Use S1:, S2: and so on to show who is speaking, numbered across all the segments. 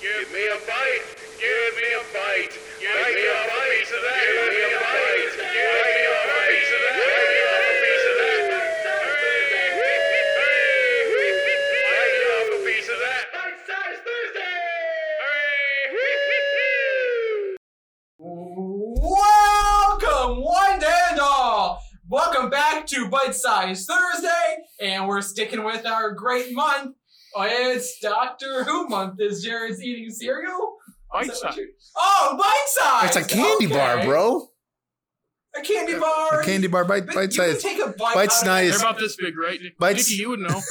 S1: Give me a bite. Give me a bite. Give me a piece of that. Give me a bite. Give me a piece of that. Give me a piece of that. Hey, hey, hey. Give me a piece of that. Bite-sized Thursday. Hooray.
S2: Welcome, one and all. Welcome back to Bite Size Thursday, and we're sticking with our great month. Oh, It's Doctor Who month. Is Jared's eating cereal? Is that what
S3: Einstein.
S2: you- Oh, bite size.
S4: It's a candy bar, bro.
S2: A candy bar.
S4: A candy bar bite
S2: But
S4: bite
S2: you can
S4: size.
S2: Take a bite.
S4: bite
S2: out of
S4: size.
S3: They're
S2: it.
S3: about this big, right?
S4: Bites-
S3: Nikki, you would know.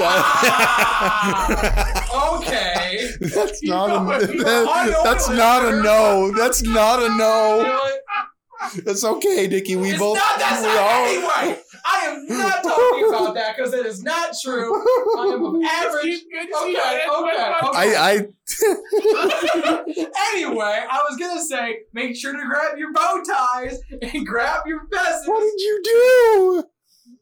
S2: Ah! okay.
S4: that's not a
S2: You know,
S4: that's
S2: I know
S4: not a
S2: it.
S4: no. That's not a
S2: You know
S4: no.
S2: what?
S4: That's okay, Nikki. We
S2: it's
S4: both
S2: not that's
S4: we
S2: not
S4: all-
S2: anyway. I am not talking about that because that is not true. I am of average.
S3: Keep- good to see you.
S2: Okay, okay, okay.
S4: I I
S2: anyway, I was gonna say, make sure to grab your bow ties and grab your
S4: what
S2: peasants.
S4: did you do?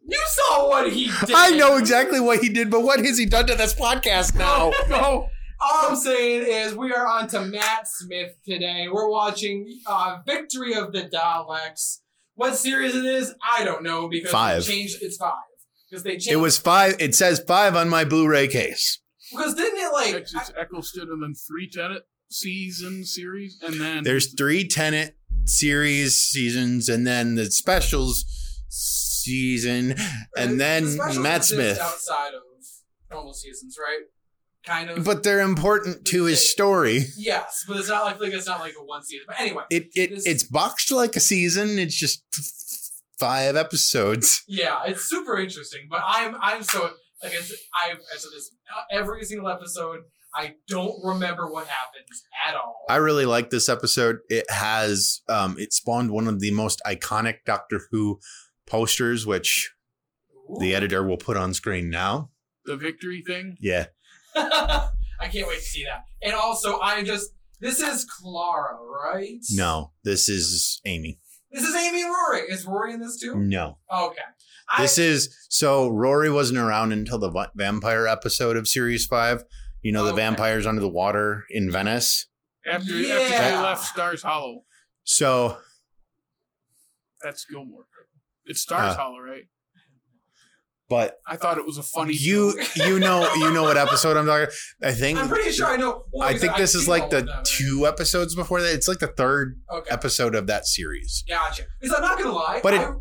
S2: You saw what he did.
S4: I know exactly what he did, but what has he done to this podcast now?
S3: No.
S2: All I'm saying is we are on to Matt Smith today. We're watching uh, Victory of the Daleks. What series it is, I don't know because
S4: Five.
S2: they changed. It's five because they changed.
S4: It was five. It says five on my Blu-ray case.
S2: because didn't it like
S3: Texas Eccleston and then three Tenet season series and then
S4: There's three Tenant series seasons, and then the specials season, and then
S2: The specials
S4: Matt
S2: exist
S4: Smith.
S2: outside of normal seasons, right? Kind of.
S4: But they're important to his story.
S2: yes, but it's not like, like it's not like a one season. But anyway,
S4: It it
S2: This-
S4: it's boxed like a season. It's just five episodes.
S2: yeah, it's super interesting. But I'm I'm so like I said, I, I said this uh, every single episode. I don't remember what happens at all.
S4: I really like this episode. It has um it spawned one of the most iconic Doctor Who posters, which
S2: Ooh.
S4: the editor will put on screen now.
S3: the victory thing.
S4: Yeah.
S2: I can't wait to see that. And also, I just this is Clara, right?
S4: No, this is Amy.
S2: this is Amy and Rory. Is Rory in this too?
S4: No.
S2: Okay, I-
S4: Mm. This is so Rory wasn't around until the va- vampire episode of series 5. You know, the
S2: Oh, Okay.
S4: vampires under the water in Venice.
S3: After after they
S2: Yeah.
S3: left Stars Hollow.
S4: So
S3: That's Gilmore. It's Stars
S4: Uh,
S3: Hollow, right?
S4: but
S3: I thought it was a funny
S4: you
S3: joke.
S4: you know you know what episode I'm talking. I think
S2: I'm pretty sure I know. well,
S4: I
S2: because
S4: think this is
S2: see all
S4: like
S2: of
S4: the
S2: them.
S4: two episodes before that. It's like the third
S2: Okay.
S4: episode of that series.
S2: Gotcha. Because I'm not gonna lie,
S4: But it-
S2: I,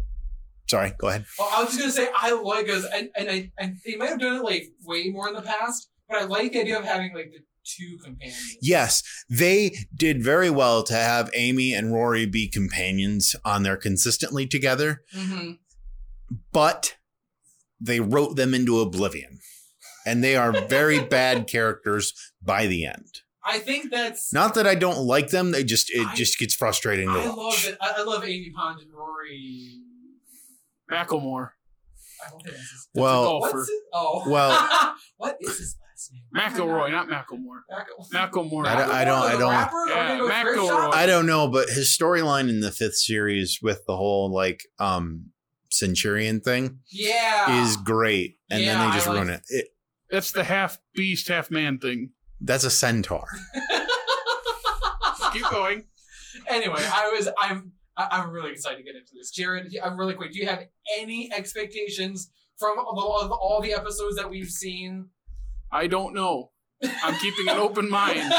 S4: Sorry, go ahead.
S2: well, I was just gonna say I like us, and and I, and they might have done it like way more in the past, but I like the idea of having like the two companions.
S4: Yes, they did very well to have Amy and Rory be companions on there consistently together,
S2: Mm-hmm.
S4: but they wrote them into oblivion. And they are very bad characters by the end.
S2: I think that's.
S4: Not that I don't like them, they just it
S2: I-
S4: just gets frustrating to
S2: I
S4: watch.
S2: love it. I, I love Amy Pond and Rory.
S3: Macklemore.
S2: I don't think that's his-
S4: Well,
S3: Oh,
S2: What's
S3: for-
S2: it? Oh.
S4: Well-
S2: what is his last name?
S3: McElroy, not Macklemore.
S2: Mac-
S3: Macklemore.
S4: I don't- I don't- I
S2: the
S4: don't-
S2: rapper? Are
S3: Yeah,
S2: they going thrift
S3: McElroy.
S2: shop?
S4: I don't know, but his storyline in the fifth series with the whole like um centurion thing
S2: Yeah.
S4: is great, and
S2: Yeah,
S4: then
S2: I
S4: they just
S2: like-
S4: ruin it. it.
S3: That's the half beast, half man thing.
S4: That's a centaur.
S3: Keep going.
S2: anyway, I was I'm I- I'm really excited to get into this, Jared. I'm really quick. Do you have any expectations from of all of all the episodes that we've seen?
S3: I don't know. I'm keeping an open mind.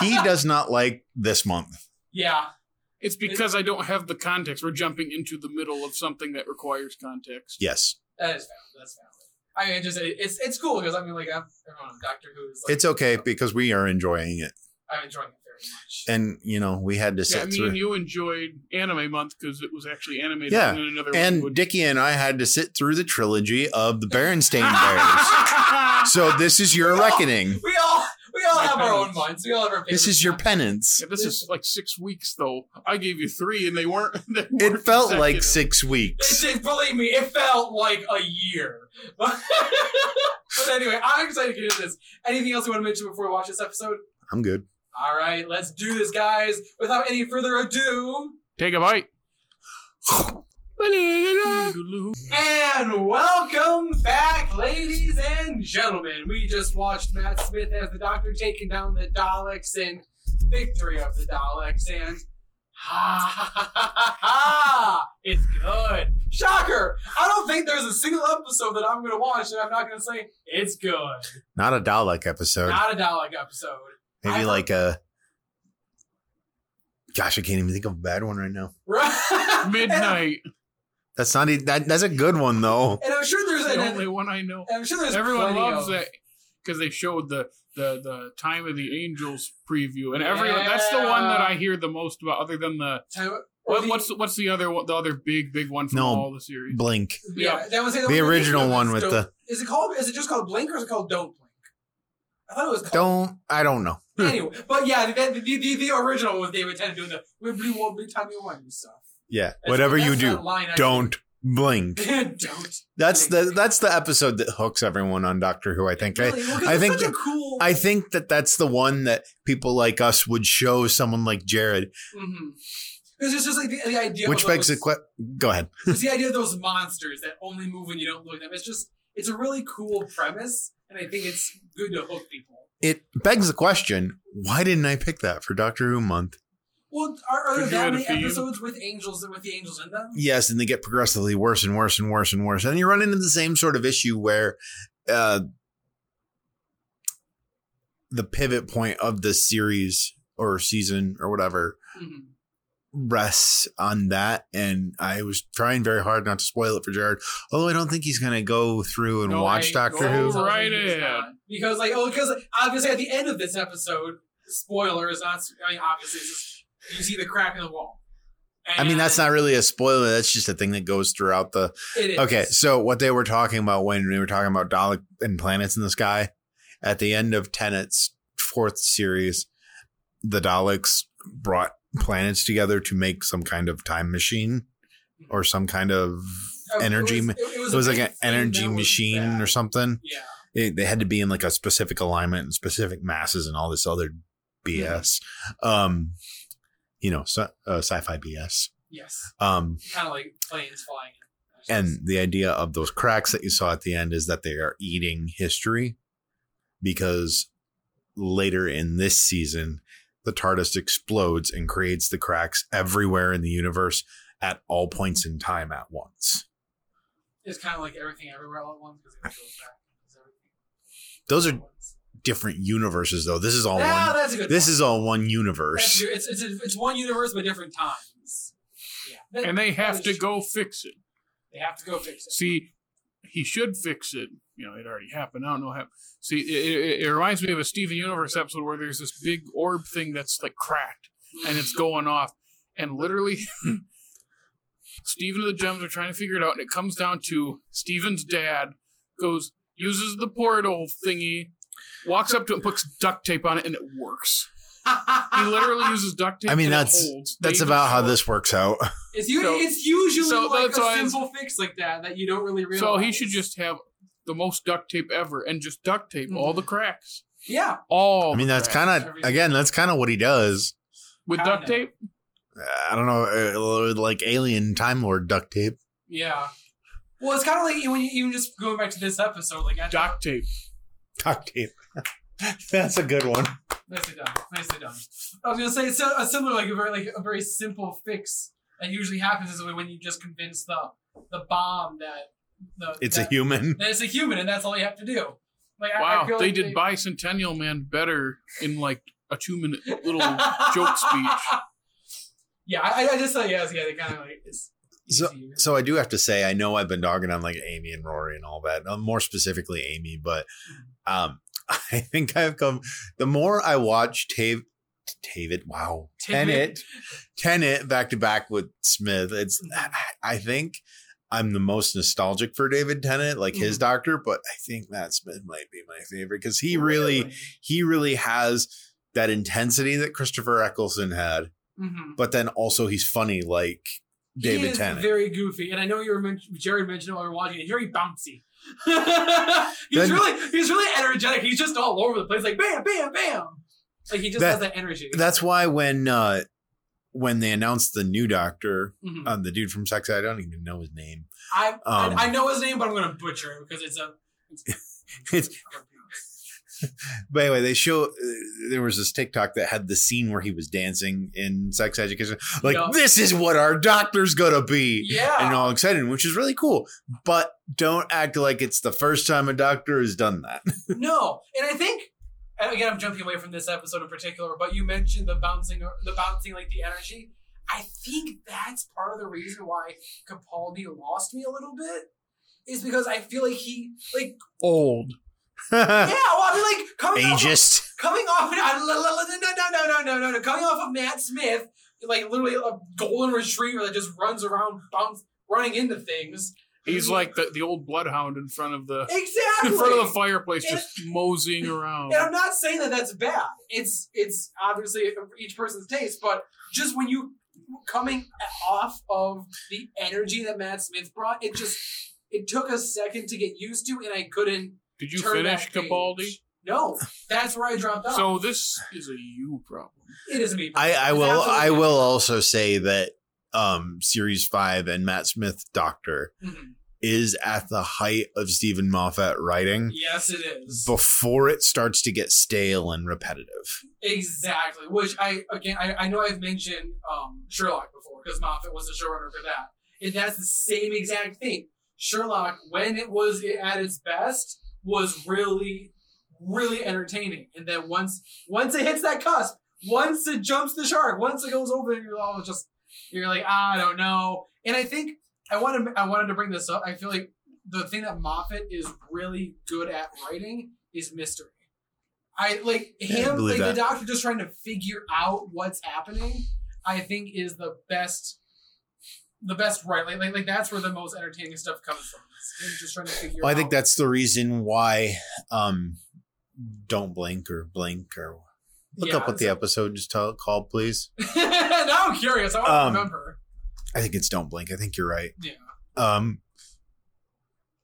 S4: he does not like this month.
S2: yeah,
S3: It's because I don't have the context. We're jumping into the middle of something that requires context.
S4: Yes,
S2: that is valid. That's valid. I mean, it just it, it's it's cool because I mean, like I'm, everyone on Doctor Who is like
S4: it's okay because we are enjoying it,
S2: I'm enjoying it very much.
S4: and you know we had to
S3: Yeah, I
S4: sit
S3: mean,
S4: through.
S3: you enjoyed Anime Month because it was actually animated
S4: Yeah,
S3: in another
S4: And
S3: language.
S4: Dickie and I had to sit through the trilogy of the Berenstain Bears. so this is your reckoning.
S2: we all we all
S3: My
S2: have our own
S3: parents.
S2: minds. We all have our.
S4: This
S2: favorites.
S4: is your penance.
S3: Yeah, this is like six weeks though. I gave you three, and they weren't. They weren't
S4: It felt like
S3: consecutive.
S4: six weeks.
S2: It, it, believe me, it felt like a year. but anyway, I'm excited to get into this. Anything else you want to mention before we watch this episode?
S4: I'm good.
S2: All right, let's do this, guys. Without any further ado,
S3: Take a bite.
S2: And welcome back, ladies and gentlemen. We just watched Matt Smith as the Doctor taking down the Daleks and victory of the Daleks and ha ha ha ha ha! It's good. Shocker! I don't think there's a single episode that I'm going to watch that I'm not going to say it's good.
S4: Not a Dalek episode.
S2: Not a Dalek episode.
S4: Maybe like a. Gosh, I can't even think of a bad one right now.
S2: Right?
S3: Midnight,
S4: That's not. e- That, that's a good one though.
S2: And I'm sure there's
S3: the
S2: an.
S3: only one I know.
S2: I'm sure there's
S3: Everyone
S2: plenty
S3: loves
S2: of,
S3: that because they showed the the the time of the angels preview, and everyone that's the one that
S2: Yeah.
S3: I hear the most about, other than the
S2: Time,
S3: what, what's what's the other one, the other big big one from
S4: No.
S3: all the series.
S4: Blink.
S2: Yeah, that was
S4: The original one with the
S2: Is it called? Is it just called Blink or is it called Don't Blink? I thought it was called.
S4: don't. I don't know.
S2: Anyway, but yeah, the, the, the, the original was David Tennant doing the wibbly wobbly timey wimey stuff.
S4: Yeah.
S2: That's-
S4: Whatever
S2: that's
S4: you
S2: that
S4: do,
S2: line I-
S4: don't blink.
S2: don't.
S4: That's the that's the episode that hooks everyone on Doctor Who. I think. I,
S2: Really, well, 'cause
S4: I
S2: it's
S4: think-
S2: such a cool.
S4: I think that that's the one that people like us would show someone like Jared,
S2: Mhm. 'Cause it's just like the, the idea.
S4: which
S2: of
S4: begs the
S2: those,
S4: question. Go ahead.
S2: it's the idea of those monsters that only move when you don't look at them. It's just it's a really cool premise, and I think it's good to hook people.
S4: It begs the question: Why didn't I pick that for Doctor Who month?
S2: Well, are, are
S3: Could
S2: there
S3: you
S2: that
S3: add a
S2: many
S3: theme?
S2: episodes with angels with the angels in them?
S4: Yes, and they get progressively worse and worse and worse and worse, and you run into the same sort of issue where uh, the pivot point of the series or season or whatever
S3: Mm-hmm.
S2: Mhm.
S4: rests on that. And I was trying very hard not to spoil it for Jared, although I don't think he's going to go through and
S3: No,
S4: watch
S3: I-
S4: Doctor
S3: no,
S4: Who.
S2: Tells me
S3: Right
S2: he's
S3: in.
S2: not. Because like oh, because obviously at the end of this episode, spoiler is not. I mean, obviously, it's just, you see the crack in the wall.
S4: I mean, that's not really a spoiler. That's just a thing that goes throughout the.
S2: It is.
S4: Okay, so what they were talking about when we were talking about Dalek and planets in the sky at the end of Tenet's fourth series, the Daleks brought planets together to make some kind of time machine or some kind of
S2: Uh,
S4: energy
S2: It
S4: ma-
S2: was, it- it was
S4: it was
S2: a
S4: like
S2: big
S4: an
S2: thing
S4: energy
S2: that was
S4: machine
S2: bad.
S4: or something.
S2: Yeah.
S4: It, they had to be in like a specific alignment and specific masses and all this other
S2: Mm-hmm.
S4: BS. Um, you know, sci- uh, sci-fi BS.
S2: Yes.
S4: Um,
S2: Kind of like planes flying.
S4: and the idea of those cracks that you saw at the end is that they are eating history because later in this season, the TARDIS explodes and creates the cracks everywhere in the universe at all points in time at once.
S2: it's kind of like everything everywhere all at once because it goes back. It's everything
S4: Those
S2: all
S4: are
S2: at once.
S4: different universes, though. This is all
S2: Yeah,
S4: one.
S2: that's a good.
S4: This
S2: point.
S4: is all one
S2: That's
S4: universe.
S2: true. It's, it's, it's one universe, but different times. Yeah. That-
S3: And they have
S2: is
S3: to
S2: true.
S3: go fix it.
S2: They have to go fix it.
S3: See, he should fix it. You know, it already happened. I don't know how. See, it, it, it reminds me of a Steven Universe episode where there's this big orb thing that's like cracked and it's going off, and literally, Steven and the gems are trying to figure it out, and it comes down to Steven's dad goes uses the portal thingy, walks up to it, puts duct tape on it, and it works.
S2: Ah,
S3: He literally uses duct tape.
S4: I mean,
S3: and it
S4: that's-
S3: holds.
S4: That's
S3: They
S4: about
S3: just
S4: how
S3: show it.
S4: this works out.
S2: It's, u-
S3: So-
S2: it's usually
S3: so
S2: like a
S3: that's why it's-
S2: simple fix like that that you don't really realize.
S3: So he should just have the most duct tape ever and just duct tape all
S2: Mm-hmm.
S3: the cracks.
S2: yeah.
S3: All
S4: I mean,
S3: the
S2: Oh,
S4: that's
S3: cracks.
S4: kind of, again, that's kind of what he does.
S3: with duct
S2: kinda.
S3: tape.
S4: I don't know, uh, like alien Time Lord duct tape.
S2: Yeah. Well, it's kind of like when you even just going back to this episode, like at
S3: Duct tape.
S4: Duct tape. That's a good one.
S2: Nicely done. Nicely done. I was gonna say it's a, a similar, like a very, like a very simple fix that usually happens is when you just convince the the bomb that the
S4: It's a
S2: that,
S4: human.
S2: that it's a human and that's all you have to do. Like I- I,
S3: Wow,
S2: feel
S3: they
S2: like
S3: did Bicentennial Man better in like a two-minute little joke speech.
S2: Yeah, I, I just thought yeah, it's- yeah, they kind of like it's easy.
S4: So I do have to say, I know I've been dogging on like Amy and Rory and all that, uh, more specifically Amy, but um, I think I've come. The more I watch Tave, David, wow, Tenet, Tenet back to back with Smith, it's I think I'm the most nostalgic for David Tennant, like his doctor, but I think Matt Smith might be my favorite because he Oh, really he really has that intensity that Christopher Eccleston had,
S2: Mhm.
S4: but then also he's funny like
S2: he
S4: David
S2: is
S4: Tennant.
S2: very goofy, and I know you were men- Jared mentioned while we were watching it. He's very bouncy. he's
S4: Then-
S2: really he's really energetic. He's just all over the place, like bam, bam, bam. Like he just
S4: That-
S2: has that energy.
S4: That's why when uh when they announced the new doctor,
S2: Mhm.
S4: um, the dude from Sex, I don't even know his name.
S2: I, I-
S4: um,
S2: I know his name, but I'm gonna butcher it because it's a.
S4: It's- But anyway, they show uh, there was this TikTok that had the scene where he was dancing in Sex Education. Like,
S2: Yeah.
S4: this is what our doctor's gonna be.
S2: yeah.
S4: And all excited, which is really cool. But don't act like it's the first time a doctor has done that.
S2: No, and I think, and again, I'm jumping away from this episode in particular, but you mentioned the bouncing, the bouncing, like the energy. I think that's part of the reason why Capaldi lost me a little bit, is because I feel like he, like,
S3: Old.
S2: yeah, well, I mean, like coming off,
S4: Ageist.
S2: coming off, no, no, no, no, no, no, no, coming off of Matt Smith, like literally a golden retriever that just runs around, bounce, running into things.
S3: He's like the, the old bloodhound in front of the
S2: exactly
S3: in front of the fireplace, just moseying around.
S2: And I'm not saying that that's bad. It's it's obviously each person's taste, but just when you coming off of the energy that Matt Smith brought, it just it took a second to get used to, and I couldn't.
S3: Did you
S2: turn
S3: finish
S2: that page.
S3: Capaldi?
S2: No, that's where I dropped off.
S3: So this is a you problem.
S2: it is me.
S4: I, I
S2: It's
S4: will
S2: absolutely-
S4: I will also say that um series five and Matt Smith Doctor
S2: Mhm.
S4: is at the height of Stephen Moffat writing
S2: Yes, it is
S4: before it starts to get stale and repetitive.
S2: exactly. Which I again, I, I know I've mentioned um, Sherlock before because Moffat was the showrunner for that, and that's the same exact thing. Sherlock, when it was at its best, was really, really entertaining. And then once once it hits that cusp, once it jumps the shark, once it goes over, you're all just you're like, "Ah, I don't know. And I think I wanted I wanted to bring this up. I feel like the thing that Moffat is really good at writing is mystery. I like
S4: I
S2: him, like
S4: believe
S2: the
S4: that.
S2: doctor just trying to figure out what's happening. I think is the best the best right like, like like that's where the most entertaining stuff comes from is him just trying to figure
S4: Well, I
S2: out
S4: think that's the reason why um don't blink or blink or look
S2: Yeah,
S4: up what the episode just tell, called, please.
S2: now i'm curious i want
S4: Um,
S2: to remember
S4: I think it's don't blink. I think you're right.
S2: Yeah.
S4: Um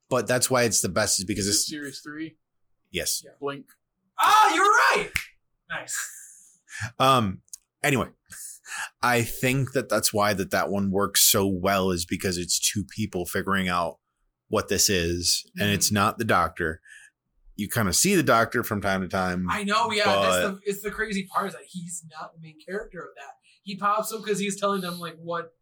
S4: but that's why it's the best is because
S3: Is it
S4: it's
S3: series three?
S4: yes.
S3: Blink.
S2: ah you're right nice
S4: Um. Anyway, I think that that's why that that one works so well is because it's two people figuring out what this is, and it's
S2: Mm-hmm.
S4: not the doctor. You kind of see the doctor from time to time.
S2: i know yeah that's the it's the crazy part is that he's not the main character of that he pops up because he's telling them like what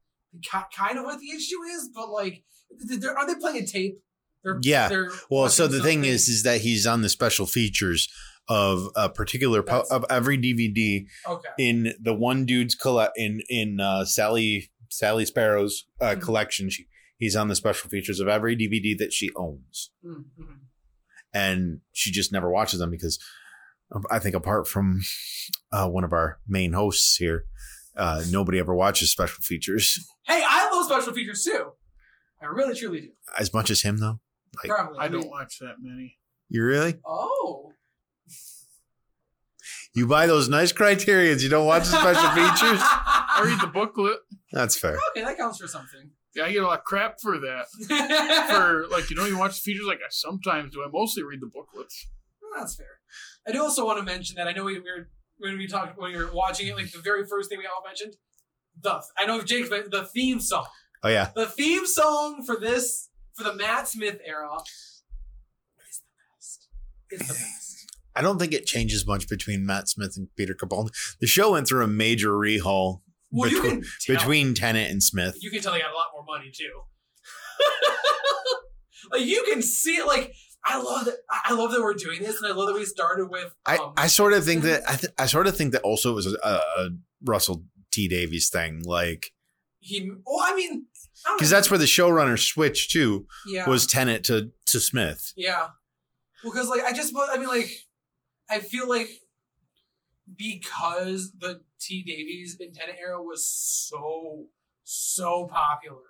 S2: ki- kind of what the issue is but like th- they're, are they playing a tape they're,
S4: Yeah.
S2: they're
S4: well, so
S2: watching
S4: the thing
S2: something.
S4: is, is that he's on the special features of a particular po-
S2: That's-
S4: of every DVD
S2: okay
S4: in the one dude's colle- in in uh, Sally Sally Sparrow's uh,
S2: Mhm.
S4: collection. She, he's on the special features of every DVD that she owns.
S2: Mm, mhm.
S4: and she just never watches them because um, I think apart from uh, one of our main hosts here, uh, nobody ever watches special features
S2: hey i love special features too i really truly do
S4: as much as him though. Like-
S2: probably
S3: I don't watch that many.
S4: You really?
S2: oh
S4: You buy those nice criterions, you don't watch the special features?
S3: I read the booklet.
S4: That's fair.
S2: okay, that counts for something.
S3: Yeah, I get a lot of crap for that. For like, you know, you watch the features. Like I sometimes do. I mostly read the booklets.
S2: Well, that's fair. I do also want to mention that I know we, we were when we talked when we were watching it, like the very first thing we all mentioned, the I know Jake's but the theme song,
S4: Oh yeah.
S2: the theme song for this for the Matt Smith era is the best. It's the best.
S4: I don't think it changes much between Matt Smith and Peter Capaldi. The show went through a major rehaul
S2: Well, you
S4: between
S2: can tell,
S4: between Tennant and Smith.
S2: you can tell they got a lot more money too. like you can see it. Like I love that. I I love that we're doing this, and I love that we started with.
S4: I,
S2: um,
S4: I sort of think that I, th- I sort of think that also it was a, a Russell T Davies thing, like
S2: he. Well, I mean, I don't
S4: because
S2: know.
S4: that's where the showrunner switched to.
S2: yeah.
S4: was Tennant to to Smith.
S2: Yeah. Because like I just wa- I mean like I feel like because the T Davies and Tennant era was so so popular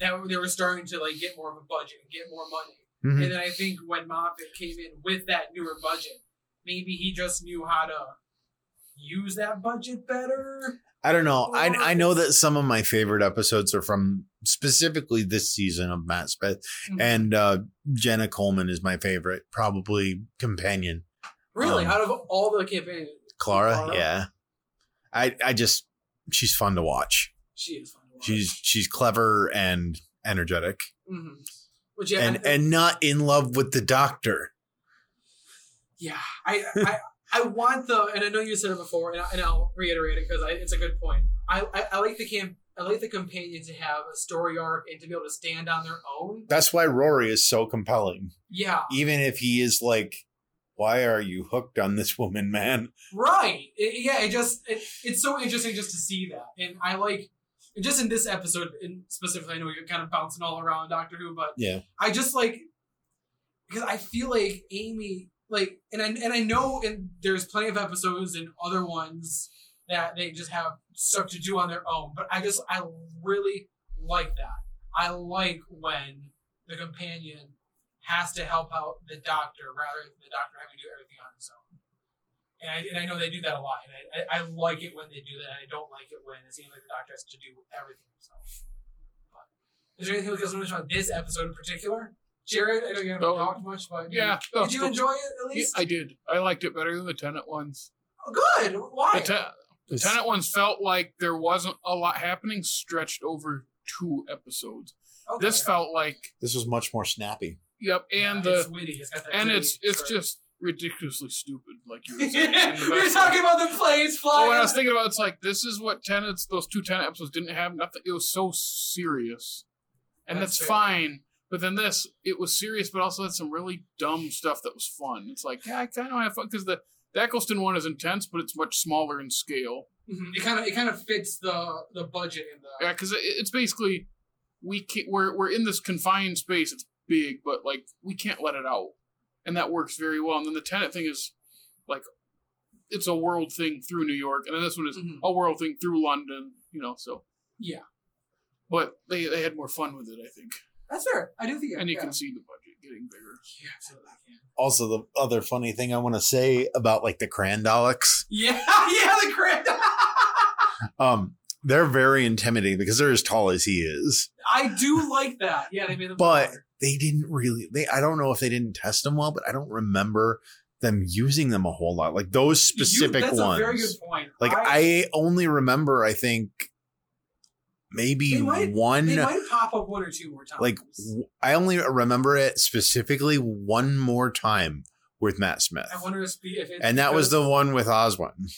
S2: that they were starting to like get more of a budget and get more money.
S4: Hmm.
S2: And then I think when Moffat came in with that newer budget, maybe he just knew how to use that budget better.
S4: I don't know. I I know that some of my favorite episodes are from specifically this season of Matt Smith, and uh, Jenna Coleman is my favorite, probably companion
S2: really,
S4: um,
S2: out of all the campaigns,
S4: Clara.
S2: Clara?
S4: Yeah, I I just she's fun to watch.
S2: She is fun to watch.
S4: She's she's clever and energetic,
S2: Mhm. Which yeah,
S4: and and not in love with the doctor.
S2: Yeah, I, I, I want the, and I know you said it before, and, I, and I'll reiterate it because it's a good point. I, I, I like the camp, I like the companion to have a story arc and to be able to stand on their own.
S4: That's why Rory is so compelling,
S2: Yeah,
S4: even if he is like, "Why are you hooked on this woman, man?"
S2: right. It- yeah, it just, it, it's so interesting just to see that, and I like, and just in this episode in specifically, I know you're kind of bouncing all around Doctor Who, but
S4: Yeah,
S2: I just like because I feel like Amy like and I and I know and there's plenty of episodes and other ones that they just have stuff to do on their own, but I just I really like that. I like when the companion has to help out the doctor rather than the doctor having to do everything on his own. And I, and I know they do that a lot, and I, I, I like it when they do that. And I don't like it when it seems like the doctor has to do everything himself. Is there anything we can mention about this episode in particular? Jared, I know you haven't
S3: Oh,
S2: talked much, but
S3: Yeah. Oh.
S2: did you enjoy it at
S3: Yeah,
S2: least?
S3: I did. I liked it better than the tenant ones.
S2: Oh, Good. Why?
S3: The, te- the tenant ones felt like there wasn't a lot happening stretched over two episodes.
S2: Okay.
S3: This felt like
S4: this was much more snappy.
S3: yep, and
S2: Yeah,
S3: the
S2: it's witty. It's got that
S3: and
S2: witty
S3: it's it's
S2: sort of-
S3: just ridiculously stupid. Like you were saying. in the
S2: we were
S3: best
S2: talking about the planes
S3: way. But
S2: flying.
S3: when I was thinking about, it, it's like this is what tenants those two tenant episodes didn't have. Nothing. It was so serious, and
S2: That's
S3: that's,
S2: fair.
S3: fine. But then this, it was serious, but also had some really dumb stuff that was fun. It's like, yeah, I kind of have fun because the, the Eccleston one is intense, but it's much smaller in scale.
S2: Mhm. It kind of it kind of fits the the budget in the.
S3: Yeah, because it, it's basically we can't, we're we're in this confined space. It's big, but like we can't let it out, and that works very well. And then the tenant thing is like it's a world thing through New York, and then this one is
S2: Mhm.
S3: a world thing through London. You know, so
S2: Yeah.
S3: but they they had more fun with it, I think,
S2: That's fair. I do think.
S3: and you
S2: yeah.
S3: can see the budget getting bigger.
S2: Yeah, absolutely.
S4: Also, the other funny thing I want to say about like the Crandolics,
S2: Yeah, yeah, the crit.
S4: um, they're very intimidating because they're as tall as he is.
S2: I do like that. Yeah, they made them.
S4: But-
S2: taller.
S4: they didn't really they I don't know if they didn't test them well, but I don't remember them using them a whole lot. Like those
S2: You-
S4: specific
S2: that's
S4: ones.
S2: a very good point.
S4: like I, only remember I think maybe
S2: They might-
S4: one
S2: they might pop up one or two more times.
S4: like w- I only remember it specifically one more time with Matt Smith.
S2: I wonder if, if it's
S4: And that was
S2: because-
S4: the one with Oswin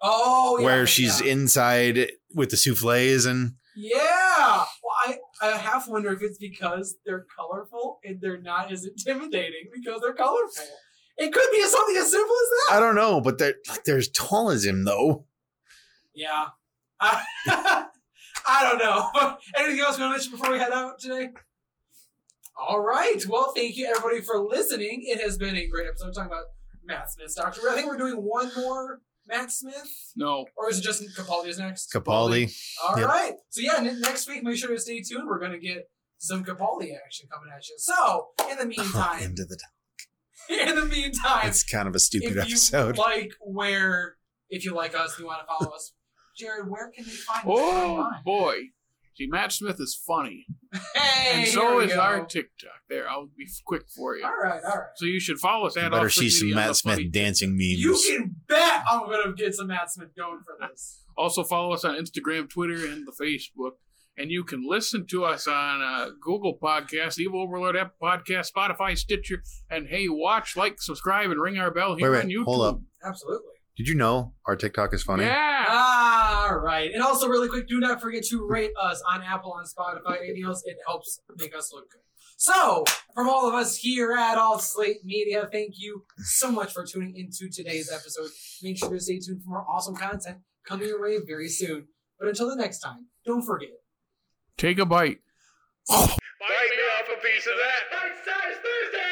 S2: oh yeah,
S4: where
S2: yeah,
S4: she's
S2: yeah.
S4: inside with the souffles and
S2: Yeah. Well, I, I half wonder if it's because they're colorful and they're not as intimidating because they're colorful. It could be something as simple as that.
S4: I don't know, but they're like they're as tall as him though.
S2: Yeah. I, I don't know. Anything else we want to mention before we head out today? All right. Well, thank you everybody for listening. It has been a great episode talking about Matt Smith's Doctor. Who. I think we're doing one more Matt Smith,
S3: No,
S2: or is it just Capaldi's next?
S4: Capaldi.
S2: All right,
S4: Yep.
S2: So yeah, ne- next week, make sure to stay tuned. We're gonna get some Capaldi action coming at you. So in the meantime,
S4: Into the top.
S2: in the meantime,
S4: It's kind of Oh, a
S2: if
S4: stupid
S2: you
S4: episode.
S2: like where, if you like us, and you want to follow us, Jared, where can they find us?
S3: oh
S2: online?
S3: boy, see, Matt Smith is funny,
S2: hey,
S3: and
S2: here
S3: so
S2: we
S3: is
S2: go.
S3: our TikTok. There, I'll be quick for you.
S2: All right, all right.
S3: So you should follow us
S4: You
S3: at
S4: better
S3: Off the
S4: see some
S3: Media on
S4: Matt
S3: the
S4: Smith
S3: funny-
S4: dancing memes.
S2: You can bet I'm gonna get some Matt Smith going for this.
S3: Also follow us on Instagram, Twitter, and the Facebook. And you can listen to us on uh, Google Podcast, Evil Overlord App Podcast, Spotify, Stitcher, and hey, watch, like, subscribe, and ring our bell here
S4: Wait,
S3: on
S4: wait,
S3: YouTube.
S4: hold up.
S2: Absolutely.
S4: Did you know our TikTok is funny?
S3: Yeah.
S2: All right. And also, really quick, do not forget to rate us on Apple, on Spotify, anything else. It helps make us look good. So, from all of us here at All Slate Media, thank you so much for tuning into today's episode. Make sure to stay tuned for more awesome content coming your way very soon. But until the next time, don't forget.
S3: Take a bite.
S1: Bite me off a piece of that. Bite size Thursday.